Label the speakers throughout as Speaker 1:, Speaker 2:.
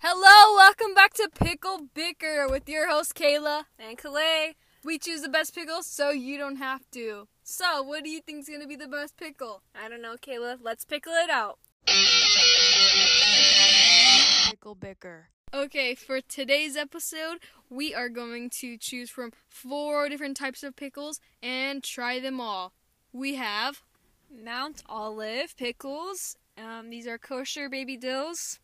Speaker 1: Hello, welcome back to Pickle Bicker with your host Kayla.
Speaker 2: And Kalei.
Speaker 1: We choose the best pickles so you don't have to. So, what do you think's gonna be the best pickle?
Speaker 2: I don't know, Kayla. Let's pickle it out.
Speaker 3: Pickle Bicker.
Speaker 1: Okay, for today's episode, we are going to choose from four different types of pickles and try them all. We have
Speaker 2: Mount Olive pickles. Um, these are kosher baby dills.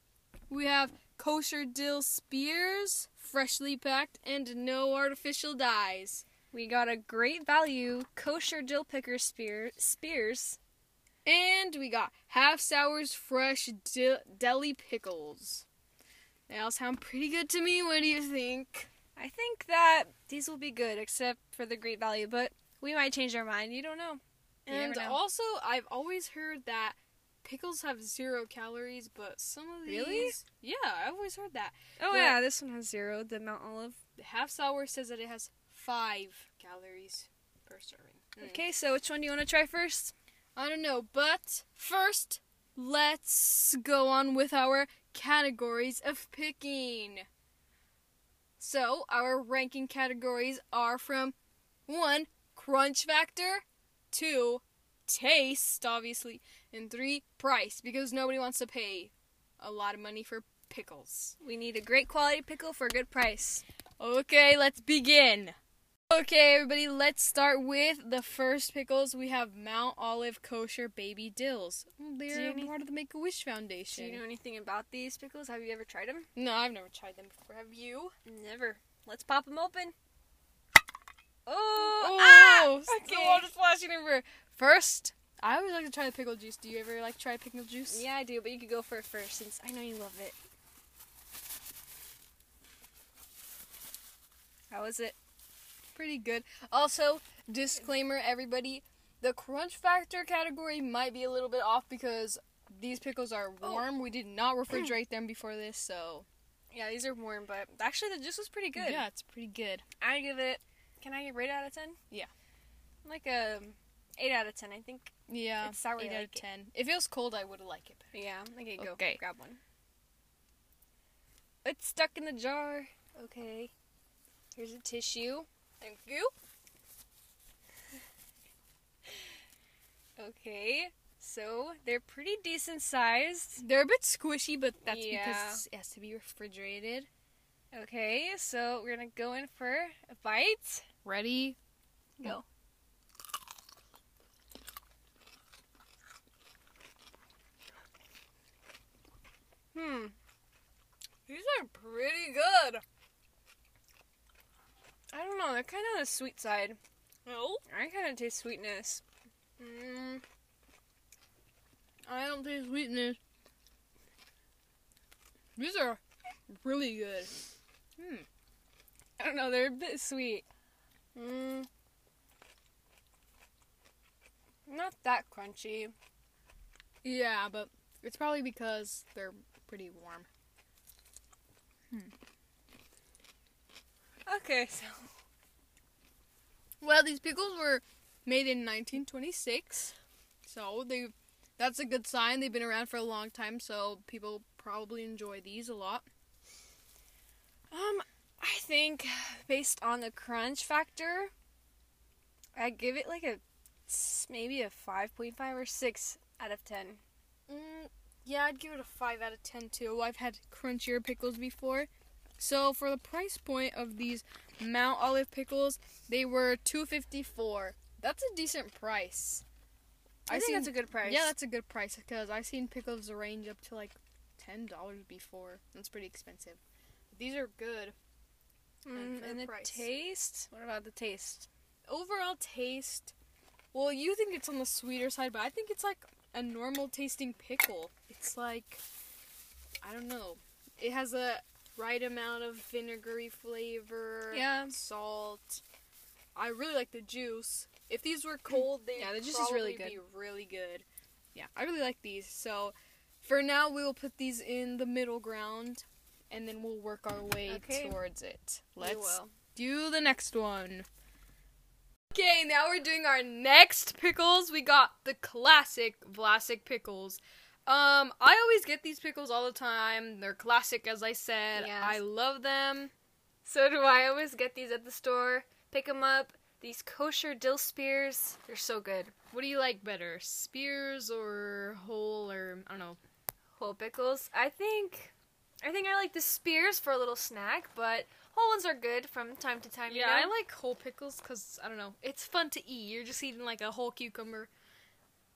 Speaker 1: we have kosher dill spears, freshly packed and no artificial dyes.
Speaker 2: We got a great value kosher dill picker spear spears.
Speaker 1: And we got half sours fresh di- deli pickles. They all sound pretty good to me. What do you think?
Speaker 2: I think that Uh, these will be good, except for the great value. But we might change our mind. You don't know. You never
Speaker 1: And
Speaker 2: know.
Speaker 1: also, I've always heard that pickles have zero calories, but some of these.
Speaker 2: Really?
Speaker 1: Yeah, I've always heard that.
Speaker 2: oh
Speaker 1: but-
Speaker 2: yeah, this one has zero. The Mount Olive.
Speaker 1: The half sour says that it has five calories per serving.
Speaker 2: Okay, so which one do you want to try first?
Speaker 1: I don't know, but first, let's go on with our categories of picking. So, our ranking categories are from 1. Crunch factor, 2. Taste, obviously, and 3. Price, because nobody wants to pay a lot of money for pickles.
Speaker 2: We need a great quality pickle for a good price.
Speaker 1: Okay, let's begin. Okay, everybody, let's start with the first pickles. We have Mount Olive Kosher Baby Dills.
Speaker 2: Do you
Speaker 1: They're
Speaker 2: need-
Speaker 1: part of the Make a Wish
Speaker 2: Do
Speaker 1: Foundation.
Speaker 2: you know anything about these pickles? Have you ever tried them?
Speaker 1: no, I've never tried them before. Have you?
Speaker 2: Never. Let's pop them open. Oh,
Speaker 1: Oh,
Speaker 2: ah,
Speaker 1: okay. the water's splashing everywhere. First, I always like to try the pickle juice. Do you ever like try pickle juice?
Speaker 2: Yeah, I do, but you could go for it first since I know you love it. How is it?
Speaker 1: pretty good. Also, disclaimer everybody, the crunch factor category might be a little bit off because these pickles are
Speaker 2: Oh.
Speaker 1: warm. We did not refrigerate them before this, so
Speaker 2: Yeah, these are warm, but actually the juice was pretty good.
Speaker 1: Yeah, it's pretty good.
Speaker 2: I give it. Can I rate it out of ten?
Speaker 1: Yeah.
Speaker 2: Like a eight out of ten, I think.
Speaker 1: Yeah,
Speaker 2: It's sour, I
Speaker 1: Eight out
Speaker 2: like
Speaker 1: of
Speaker 2: it.
Speaker 1: ten. If it was cold, I would have liked it. better.
Speaker 2: Yeah. Okay, go
Speaker 1: Okay.
Speaker 2: grab one. It's stuck in the jar. Okay. Here's a tissue.
Speaker 1: Thank you.
Speaker 2: Okay. So they're pretty decent sized.
Speaker 1: They're a bit squishy, but that's
Speaker 2: Yeah.
Speaker 1: because it has to be refrigerated.
Speaker 2: Okay, so we're gonna go in for a bite.
Speaker 1: Ready?
Speaker 2: Go.
Speaker 1: Hmm. These are pretty good.
Speaker 2: I don't know, they're kind of on the sweet side.
Speaker 1: No,
Speaker 2: I kind of taste sweetness. Hmm.
Speaker 1: mm, I don't taste sweetness. These are really good.
Speaker 2: I don't know, they're a bit sweet. Mm. Not that crunchy.
Speaker 1: Yeah, but it's probably because they're pretty warm.
Speaker 2: Okay, so
Speaker 1: Well, these pickles were made in 1926, so they that's a good sign. They've been around for a long time, so people probably enjoy these a lot.
Speaker 2: um, I think based on the crunch factor, I give it like a s- maybe a five point five or six out of ten.
Speaker 1: Mm, yeah, I'd give it a 5 out of 10 too. I've had crunchier pickles before. So for the price point of these Mount Olive pickles, they were 254. That's a decent price.
Speaker 2: I, think
Speaker 1: seen,
Speaker 2: that's a good price.
Speaker 1: Yeah, that's a good price because I've seen pickles range up to like $10 before. That's pretty expensive. These are good. and
Speaker 2: Mm,
Speaker 1: for
Speaker 2: and
Speaker 1: the
Speaker 2: the
Speaker 1: price.
Speaker 2: taste. What about the taste?
Speaker 1: Overall taste, well, you think it's on the sweeter side, but I think it's like a normal tasting pickle. It's like I don't know. It has a right amount of vinegary flavor,
Speaker 2: Yeah.
Speaker 1: salt. I really like the juice. If these were cold, they
Speaker 2: Yeah, the juice is
Speaker 1: probably
Speaker 2: really
Speaker 1: be really good. Yeah, I really like these. So for now, we will put these in the middle ground, and then we'll work our way
Speaker 2: Okay.
Speaker 1: towards it.
Speaker 2: You
Speaker 1: Let's
Speaker 2: will.
Speaker 1: do the next one. Okay, now we're doing our next pickles. We got the classic Vlasic pickles. Um, I always get these pickles all the time. They're classic, as I said.
Speaker 2: Yes.
Speaker 1: I love them.
Speaker 2: So do I. I always get these at the store. Pick them up. These kosher dill spears, they're so good.
Speaker 1: What do you like better, spears or whole or I don't know?
Speaker 2: Whole pickles. I think, I think I like the spears for a little snack, but whole ones are good from time to time.
Speaker 1: Yeah, I
Speaker 2: you know?
Speaker 1: like whole pickles because I don't know. It's fun to eat. You're just eating like a whole cucumber.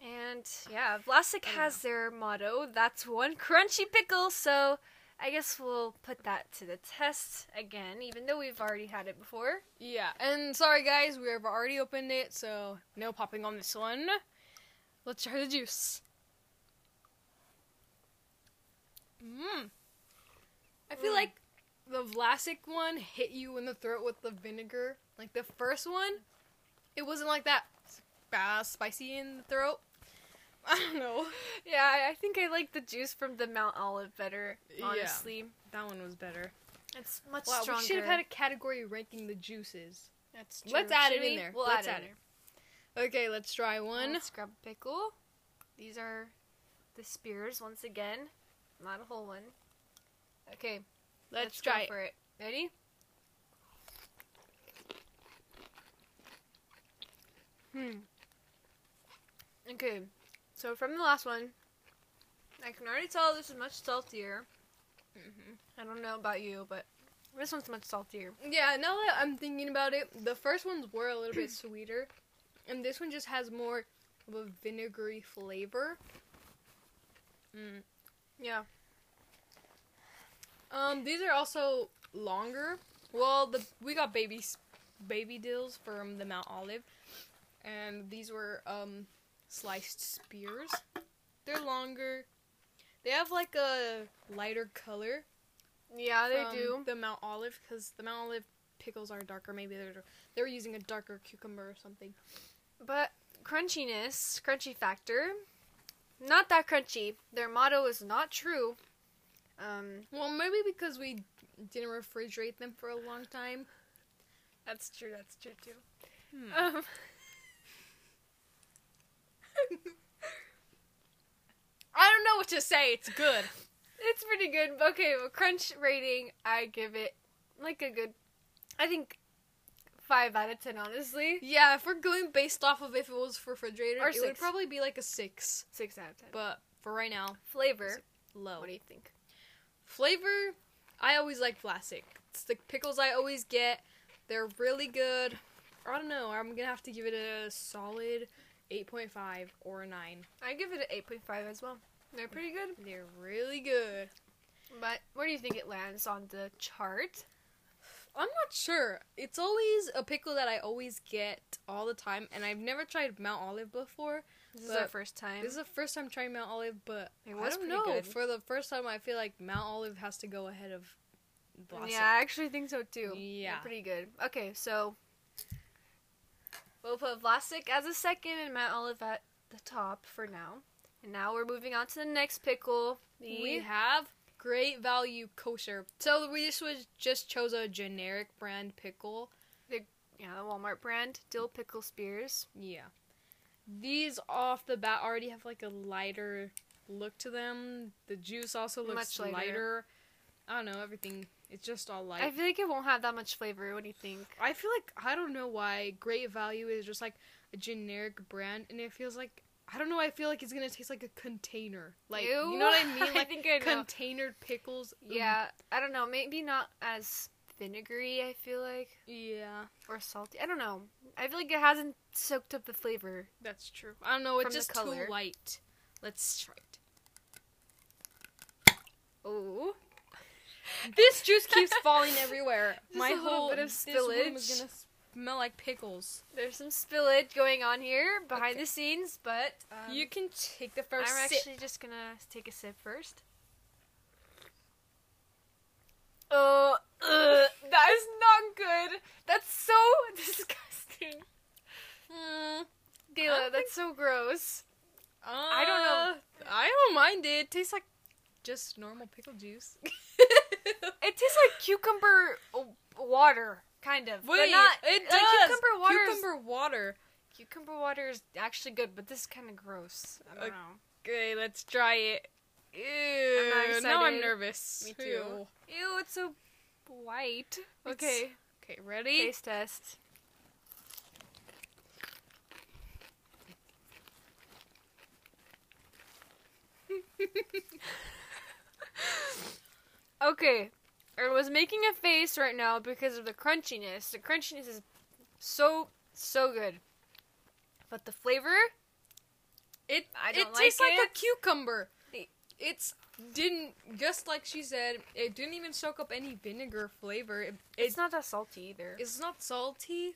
Speaker 2: And yeah, Vlasic
Speaker 1: I don't
Speaker 2: has their motto. That's one crunchy pickle. So I guess we'll put that to the test again, even though we've already had it before.
Speaker 1: Yeah, and sorry guys, we have already opened it, so no popping on this one. Let's try the juice. Mmm. I feel
Speaker 2: Mm.
Speaker 1: like the Vlasic one hit you in the throat with the vinegar. Like the first one, it wasn't like that uh, spicy in the throat. I don't know.
Speaker 2: Yeah, I- I think I like the juice from the Mount Olive better.
Speaker 1: Yeah.
Speaker 2: Honestly,
Speaker 1: That one was better.
Speaker 2: it's much
Speaker 1: Wow,
Speaker 2: stronger.
Speaker 1: we should have had a category ranking the juices.
Speaker 2: That's true.
Speaker 1: Let's add
Speaker 2: Should
Speaker 1: it in
Speaker 2: we?
Speaker 1: there.
Speaker 2: We'll
Speaker 1: Let's add
Speaker 2: add, it.
Speaker 1: Okay, let's try one.
Speaker 2: Let's grab a pickle. These are the spears once again, not a whole one. Okay,
Speaker 1: let's,
Speaker 2: go
Speaker 1: try it.
Speaker 2: for it. Ready? Hmm. Okay, so from the last one, I can already tell this is much saltier.
Speaker 1: Mm-hmm.
Speaker 2: I don't know about you, but this one's much saltier.
Speaker 1: Yeah, now that I'm thinking about it, the first ones were a little bit sweeter, and this one just has more of a vinegary flavor. Mm.
Speaker 2: Yeah.
Speaker 1: Um, these are also longer. Well, the we got baby s- baby dills from the Mount Olive, and these were um sliced spears. They're longer. They have like a lighter color.
Speaker 2: Yeah, they
Speaker 1: from
Speaker 2: do.
Speaker 1: the Mount Olive because the Mount Olive pickles are darker. Maybe they're they were using a darker cucumber or something.
Speaker 2: But crunchiness, crunchy factor, not that crunchy. Their motto is not true. Um,
Speaker 1: Well, maybe because we didn't refrigerate them for a long time.
Speaker 2: that's true. That's true too.
Speaker 1: Hmm.
Speaker 2: Um,
Speaker 1: I don't know what to say. It's good.
Speaker 2: it's pretty good. Okay, well, crunch rating, I give it like a good, I think, five out of ten. Honestly,
Speaker 1: yeah, if we're going based off of if it was refrigerated,
Speaker 2: Or
Speaker 1: it would
Speaker 2: six.
Speaker 1: probably be like a six.
Speaker 2: six out of ten.
Speaker 1: But for right now,
Speaker 2: Flavor,
Speaker 1: low.
Speaker 2: what do you think?
Speaker 1: Flavor, I always like Vlasic. It's the pickles I always get. They're really good. I don't know. I'm gonna have to give it a solid 8.5 or a 9.
Speaker 2: I give it an eight point five as well. They're pretty good.
Speaker 1: They're really good.
Speaker 2: But where do you think it lands on the chart?
Speaker 1: I'm not sure. It's always a pickle that I always get all the time, and I've never tried Mount Olive before.
Speaker 2: This is our
Speaker 1: But
Speaker 2: first time.
Speaker 1: This is the first time trying Mount Olive, but
Speaker 2: It
Speaker 1: I
Speaker 2: was
Speaker 1: don't
Speaker 2: pretty
Speaker 1: know.
Speaker 2: good.
Speaker 1: For the first time, I feel like Mount Olive has to go ahead of Blossom.
Speaker 2: Yeah, I actually think so too. They're
Speaker 1: Yeah.
Speaker 2: pretty good. Okay, so we'll put Vlasic as a second and Mount Olive at the top for now. And now we're moving on to the next pickle. The-
Speaker 1: We have great value kosher. So we just was just chose a generic brand pickle.
Speaker 2: yeah, the Walmart brand dill pickle spears.
Speaker 1: Yeah. These off the bat already have like a lighter look to them. The juice also looks
Speaker 2: Much lighter.
Speaker 1: lighter. I don't know, everything it's just all light.
Speaker 2: I feel like it won't have that much flavor. What do you think?
Speaker 1: I feel like I don't know why Great Value is just like a generic brand, and it feels like I don't know. I feel like it's gonna taste like a container, like you
Speaker 2: Ew.
Speaker 1: know what I mean,
Speaker 2: I
Speaker 1: like
Speaker 2: think I know.
Speaker 1: containered pickles. Ugh.
Speaker 2: Yeah, I don't know. Maybe not as vinegary. I feel like
Speaker 1: yeah,
Speaker 2: or salty. I don't know. I feel like it hasn't soaked up the flavor.
Speaker 1: that's true. I don't know. It's
Speaker 2: From the
Speaker 1: just
Speaker 2: color.
Speaker 1: too light. Let's try it.
Speaker 2: Oh,
Speaker 1: This juice keeps falling everywhere.
Speaker 2: Just
Speaker 1: My
Speaker 2: a little
Speaker 1: whole
Speaker 2: bit of
Speaker 1: this room is
Speaker 2: spillage.
Speaker 1: gonna smell like pickles.
Speaker 2: there's some spillage going on here behind
Speaker 1: Okay.
Speaker 2: the scenes, but um,
Speaker 1: you can take the 1st
Speaker 2: I'm
Speaker 1: sip.
Speaker 2: actually just gonna take a sip first. Oh, ugh, that is not good. That's so disgusting. uh,
Speaker 1: Mm,
Speaker 2: Gayla,
Speaker 1: think-
Speaker 2: that's so gross.
Speaker 1: I
Speaker 2: don't know.
Speaker 1: I don't mind it. It tastes like just normal pickle juice.
Speaker 2: It tastes like cucumber w- water, kind of. but
Speaker 1: Wait,
Speaker 2: not,
Speaker 1: it
Speaker 2: like,
Speaker 1: does.
Speaker 2: cucumber water. is-
Speaker 1: Cucumber water.
Speaker 2: cucumber water is actually good, but this is kind of gross. I don't
Speaker 1: Uh,
Speaker 2: know.
Speaker 1: Okay, let's try it. Ew.
Speaker 2: I'm not
Speaker 1: now I'm
Speaker 2: excited.
Speaker 1: nervous.
Speaker 2: Me too.
Speaker 1: Ew.
Speaker 2: Ew, it's so white.
Speaker 1: Okay.
Speaker 2: Okay,
Speaker 1: Okay, ready?
Speaker 2: taste test. okay, I was making a face right now because of the crunchiness. The crunchiness is so so good, but the flavor.
Speaker 1: It
Speaker 2: I
Speaker 1: it
Speaker 2: don't like
Speaker 1: tastes like,
Speaker 2: it.
Speaker 1: a cucumber.
Speaker 2: The-
Speaker 1: It's didn't just like she said. It didn't even soak up any vinegar flavor. It,
Speaker 2: It's
Speaker 1: it's
Speaker 2: not that salty either.
Speaker 1: it's not salty.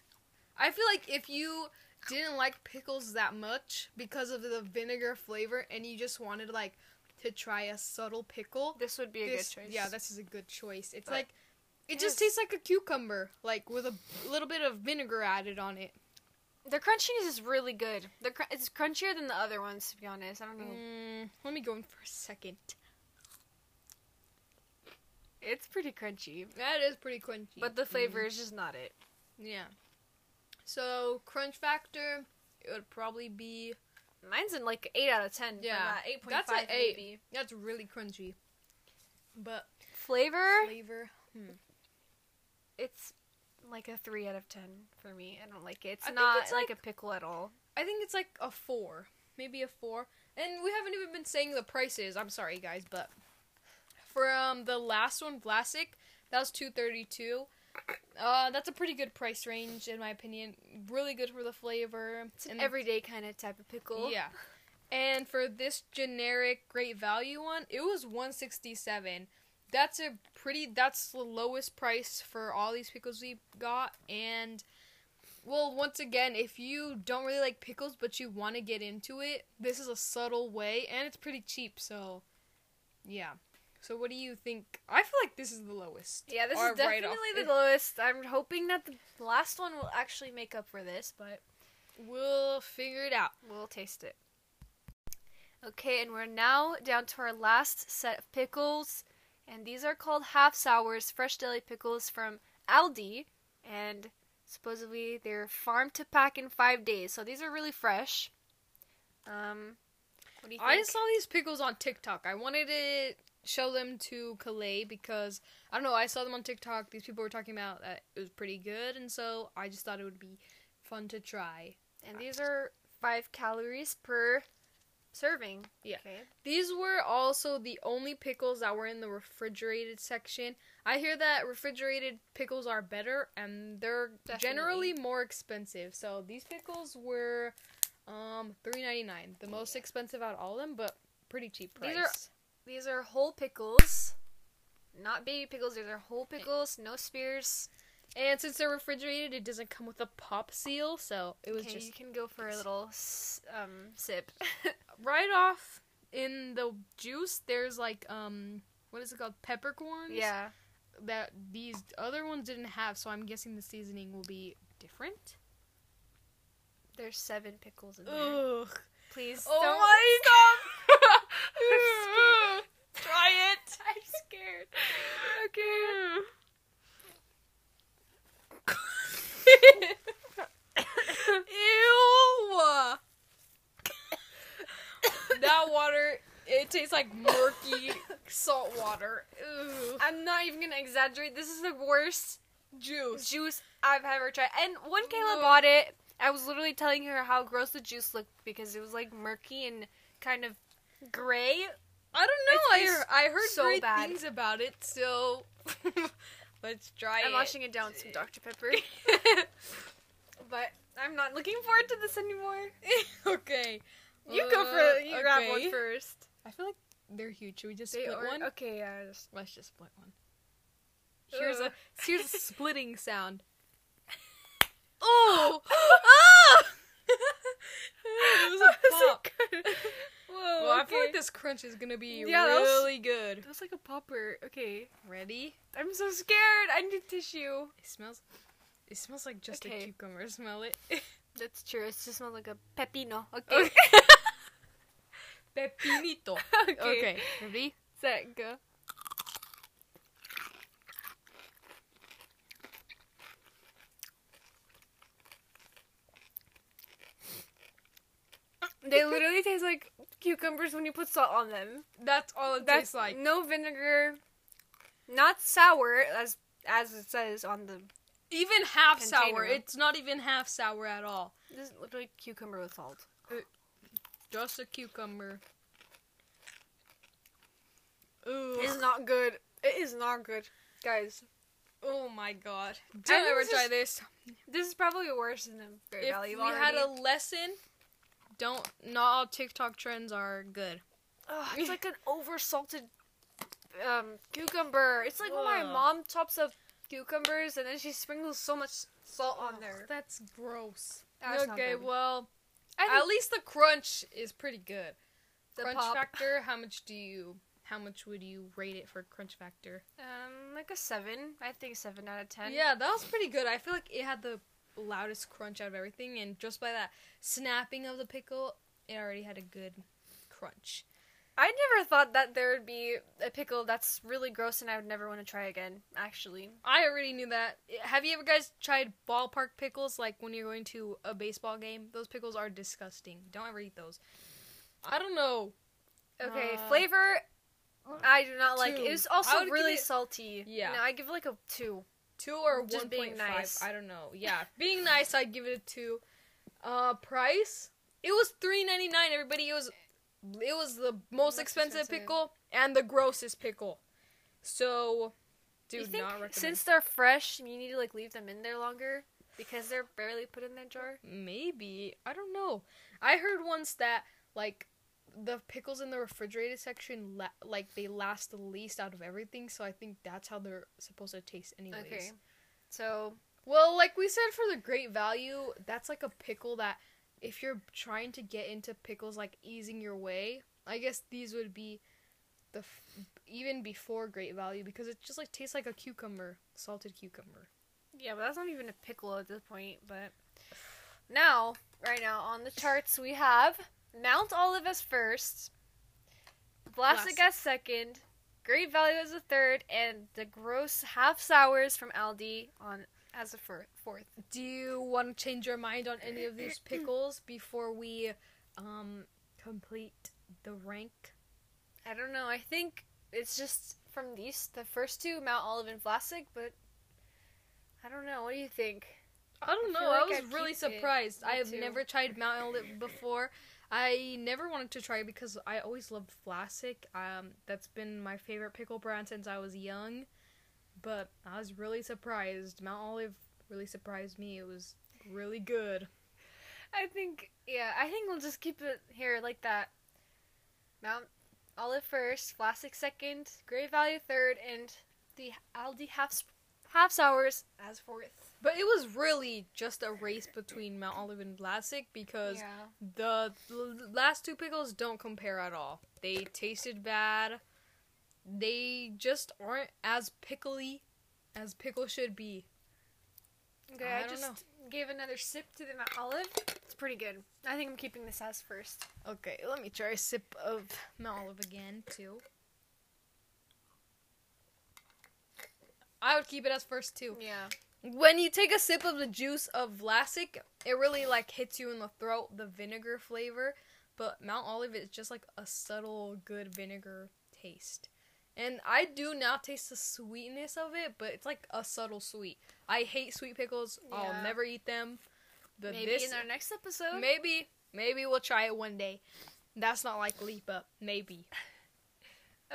Speaker 1: I feel like if you didn't like pickles that much because of the vinegar flavor, and you just wanted like to try a subtle pickle,
Speaker 2: This would be a
Speaker 1: this-
Speaker 2: good choice.
Speaker 1: Yeah, this is a good choice. It's
Speaker 2: But-
Speaker 1: like it just tastes like a cucumber, like with a little bit of vinegar added on it.
Speaker 2: The crunchiness is really good. The cr- it's crunchier than the other ones, to be honest. I don't know.
Speaker 1: Mm, let me go in for a second.
Speaker 2: It's pretty crunchy,
Speaker 1: That is pretty crunchy.
Speaker 2: but the flavor is just not it.
Speaker 1: Yeah. So crunch factor, it would probably be
Speaker 2: Mine's in like eight out of ten.
Speaker 1: Yeah.
Speaker 2: eight point five.
Speaker 1: That's a eight. that's really crunchy. But
Speaker 2: Flavor,
Speaker 1: flavor,
Speaker 2: it's like a three out of ten for me. I don't like it. It's
Speaker 1: I think
Speaker 2: not
Speaker 1: it's
Speaker 2: like,
Speaker 1: like-
Speaker 2: a pickle at all.
Speaker 1: I think it's like a four, maybe a four. And we haven't even been saying the prices. I'm sorry, guys, but from the last one, Vlasic, that was two thirty two. Uh, that's a pretty good price range in my opinion. Really good for the flavor.
Speaker 2: It's an
Speaker 1: and-
Speaker 2: everyday kind of type of pickle.
Speaker 1: Yeah. And for this generic great value one, it was 167. That's a pretty that's the lowest price for all these pickles we got and well, once again, if you don't really like pickles but you want to get into it, this is a subtle way and it's pretty cheap, so yeah. So what do you think? I feel like this is the lowest.
Speaker 2: Yeah, this
Speaker 1: Or
Speaker 2: is
Speaker 1: right
Speaker 2: definitely
Speaker 1: off-
Speaker 2: the lowest. I'm hoping that the last one will actually make up for this, but
Speaker 1: We'll figure it out.
Speaker 2: We'll taste it. Okay, and we're now down to our last set of pickles, and these are called half sours fresh deli pickles from Aldi, and supposedly they're farm to pack in five days, so these are really fresh. Um, what do you think?
Speaker 1: I saw these pickles on TikTok. I wanted to show them to Kalei because I don't know. I saw them on TikTok. These people were talking about that it was pretty good, and so I just thought it would be fun to try.
Speaker 2: and these are five calories per serving.
Speaker 1: Yeah.
Speaker 2: Okay.
Speaker 1: These were also the only pickles that were in the refrigerated section. I hear that refrigerated pickles are better and they're
Speaker 2: Definitely.
Speaker 1: generally more expensive. So these pickles were um 3.99, the most expensive out of all of them, but pretty cheap price.
Speaker 2: These are- These are whole pickles, not baby pickles. These are whole pickles, no spears.
Speaker 1: And since they're refrigerated, it doesn't come with a pop seal, so it was
Speaker 2: Okay, you
Speaker 1: just
Speaker 2: can go for a little s- um, sip.
Speaker 1: right off in the juice. There's like um, what is it called? Peppercorns.
Speaker 2: yeah,
Speaker 1: That these other ones didn't have, so I'm guessing the seasoning will be different.
Speaker 2: there's seven pickles in there.
Speaker 1: Ugh.
Speaker 2: Please
Speaker 1: Oh
Speaker 2: don't.
Speaker 1: my god. Try it.
Speaker 2: I'm scared. Okay.
Speaker 1: Ew. that water, it tastes like murky salt water. Ew.
Speaker 2: I'm not even gonna exaggerate. This is the worst
Speaker 1: Juice.
Speaker 2: juice I've ever tried. And when Kayla
Speaker 1: Ugh.
Speaker 2: bought it, I was literally telling her how gross the juice looked because it was like murky and kind of gray.
Speaker 1: I don't know.
Speaker 2: It tastes
Speaker 1: I, I heard
Speaker 2: so
Speaker 1: great
Speaker 2: bad.
Speaker 1: things about it, so let's try
Speaker 2: I'm
Speaker 1: it.
Speaker 2: washing it down with some Dr. Pepper. but I'm not looking forward to this anymore.
Speaker 1: okay.
Speaker 2: You go
Speaker 1: Uh,
Speaker 2: for you grab
Speaker 1: okay.
Speaker 2: one first.
Speaker 1: I feel like they're huge. Should we just
Speaker 2: They
Speaker 1: split
Speaker 2: are
Speaker 1: one?
Speaker 2: okay. Yeah, just-
Speaker 1: Let's just split one. Here's a
Speaker 2: Ugh.
Speaker 1: here's a splitting sound. Oh! it was a pop.
Speaker 2: Whoa.
Speaker 1: Well, I
Speaker 2: okay.
Speaker 1: feel like this crunch is gonna be
Speaker 2: Yeah, that was-
Speaker 1: really good.
Speaker 2: That was like a popper. Okay.
Speaker 1: Ready?
Speaker 2: I'm so scared. I need tissue.
Speaker 1: It smells. It smells like just a
Speaker 2: Okay.
Speaker 1: cucumber. Smell it.
Speaker 2: That's true. It just smells like a pepino.
Speaker 1: Okay.
Speaker 2: Okay.
Speaker 1: Pepinito.
Speaker 2: okay.
Speaker 1: Okay. Ready?
Speaker 2: Set go. They literally taste like cucumbers when you put salt on them.
Speaker 1: That's all it
Speaker 2: That's
Speaker 1: tastes like.
Speaker 2: no vinegar, not sour as as it says on the.
Speaker 1: Even half
Speaker 2: Container.
Speaker 1: sour. It's not even half sour at all.
Speaker 2: This is literally cucumber with salt.
Speaker 1: Just a cucumber. Ooh.
Speaker 2: It's not good. It is not good, guys.
Speaker 1: oh my god.
Speaker 2: think
Speaker 1: Don't ever
Speaker 2: this is
Speaker 1: try this.
Speaker 2: This is probably worse than the Great
Speaker 1: If
Speaker 2: Valley.
Speaker 1: we had a lesson, don't. Not all TikTok trends are good.
Speaker 2: Ugh, it's like an oversalted um, cucumber. It's like when my
Speaker 1: Ugh.
Speaker 2: mom chops up cucumbers and then she sprinkles so much salt on there.
Speaker 1: That's gross.
Speaker 2: Oh, That's not
Speaker 1: okay,
Speaker 2: good.
Speaker 1: well,
Speaker 2: I think
Speaker 1: at least the crunch is pretty good.
Speaker 2: the
Speaker 1: crunch
Speaker 2: pop,
Speaker 1: factor. How much do you? How much would you rate it for crunch factor?
Speaker 2: um, like a seven. I think seven out of ten.
Speaker 1: Yeah, that was pretty good. I feel like it had the loudest crunch out of everything, and just by that snapping of the pickle, it already had a good crunch.
Speaker 2: I never thought that there would be a pickle that's really gross and I would never want to try again. Actually,
Speaker 1: I already knew that. Have you ever guys tried ballpark pickles? Like when you're going to a baseball game, those pickles are disgusting. Don't ever eat those. I don't know.
Speaker 2: okay,
Speaker 1: Uh,
Speaker 2: flavor. I do not like.
Speaker 1: two.
Speaker 2: It was
Speaker 1: I
Speaker 2: also
Speaker 1: would give
Speaker 2: really
Speaker 1: it-
Speaker 2: salty.
Speaker 1: Yeah.
Speaker 2: no, I give it like a two.
Speaker 1: two or one
Speaker 2: Just being
Speaker 1: point five.
Speaker 2: nice.
Speaker 1: I don't know. Yeah, being nice, I'd give it a two. Uh, price? It was three ninety nine. Everybody, it was it was the most
Speaker 2: Most
Speaker 1: expensive,
Speaker 2: expensive.
Speaker 1: pickle and the grossest pickle. So, do
Speaker 2: you think
Speaker 1: not recommend.
Speaker 2: since they're fresh, you need to like leave them in there longer because they're barely put in that jar.
Speaker 1: maybe I don't know. I heard once that like the pickles in the refrigerated section la- like they last the least out of everything. So I think that's how they're supposed to taste, anyways.
Speaker 2: Okay. So
Speaker 1: Well, like we said for the great value, that's like a pickle that if you're trying to get into pickles like easing your way, I guess these would be the f- even before great value because it just like tastes like a cucumber, salted cucumber.
Speaker 2: yeah, but that's not even a pickle at this point. But now, right now on the charts we have Mount Olive as first, Vlasic
Speaker 1: Vlasic.
Speaker 2: as second, Great Value as a third, and the gross half sours from Aldi on as a fir- fourth.
Speaker 1: Do you want to change your mind on any of these pickles before we um complete the rank?
Speaker 2: I don't know. I think it's just from these the first two, Mount Olive and Vlasic, but I don't know. What do you think?
Speaker 1: I don't know.
Speaker 2: I feel
Speaker 1: I,
Speaker 2: like I'd
Speaker 1: was really
Speaker 2: keep it.
Speaker 1: surprised.
Speaker 2: Me
Speaker 1: I have
Speaker 2: too.
Speaker 1: never tried Mount Olive before. I never wanted to try it because I always loved Vlasic. Um, that's been my favorite pickle brand since I was young. But I was really surprised. Mount Olive really surprised me. It was really good.
Speaker 2: I think yeah, I think we'll just keep it here like that. Mount Olive first, Vlasic second, Great Value third, and the Aldi half half sours as fourth.
Speaker 1: But it was really just a race between Mount Olive and Vlasic because The l- last two pickles don't compare at all. They tasted bad. They just aren't as pickly as pickle should be.
Speaker 2: Okay,
Speaker 1: I
Speaker 2: I,
Speaker 1: don't
Speaker 2: just gave another sip to the Mount Olive. It's pretty good. I think I'm keeping this as first.
Speaker 1: Okay, let me try a sip of Mount Olive again, too. I would keep it as first, too.
Speaker 2: Yeah.
Speaker 1: When you take a sip of the juice of Vlasic, it really, like, hits you in the throat, the vinegar flavor. But Mount Olive is just, like, a subtle, good vinegar taste. And I do now taste the sweetness of it, but it's, like, a subtle sweet. I hate sweet pickles.
Speaker 2: Yeah.
Speaker 1: I'll never eat them. But
Speaker 2: Maybe
Speaker 1: this
Speaker 2: in our next episode.
Speaker 1: Maybe, maybe we'll try it one day. That's not likely, but maybe.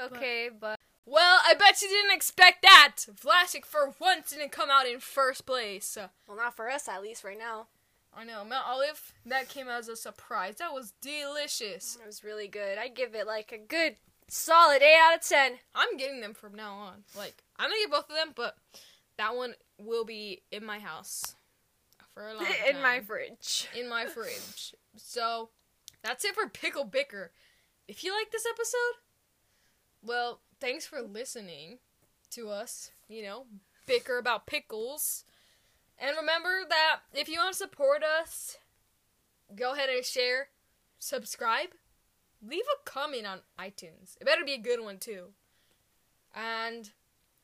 Speaker 2: okay, but
Speaker 1: Well, I bet you didn't expect that. Vlasic for once didn't come out in first place.
Speaker 2: well, not for us at least right now.
Speaker 1: I know Mount Olive. That came as a surprise. That was delicious.
Speaker 2: It was really good. I give it like a good solid eight out of ten.
Speaker 1: I'm getting them from now on. Like I'm gonna get both of them, but that one will be in my house for a long time.
Speaker 2: in my fridge.
Speaker 1: in my fridge. So that's it for Pickle Bicker. If you like this episode, well, thanks for listening to us, you know, bicker about pickles. And remember that if you want to support us, go ahead and share, subscribe, leave a comment on iTunes. It better be a good one, too. And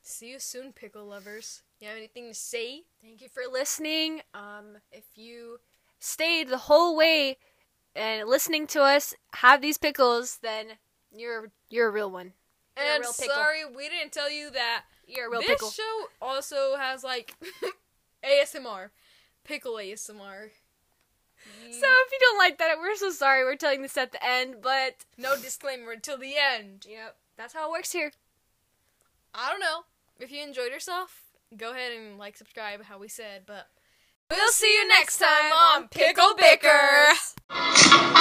Speaker 1: see you soon, pickle lovers. You have anything to say?
Speaker 2: Thank you for listening. Um, if you stayed the whole way and listening to us have these pickles, then you're you're a real one. You're a
Speaker 1: And
Speaker 2: real pickle.
Speaker 1: sorry, we didn't tell you that.
Speaker 2: You're a real
Speaker 1: this
Speaker 2: pickle.
Speaker 1: show also has like ASMR, pickle ASMR.
Speaker 2: so if you don't like that, we're so sorry. We're telling this at the end, but
Speaker 1: No disclaimer until the end.
Speaker 2: yep, that's how it works here.
Speaker 1: I don't know. If you enjoyed yourself, go ahead and like, subscribe, how we said, but we'll see you next time on Pickle Bicker.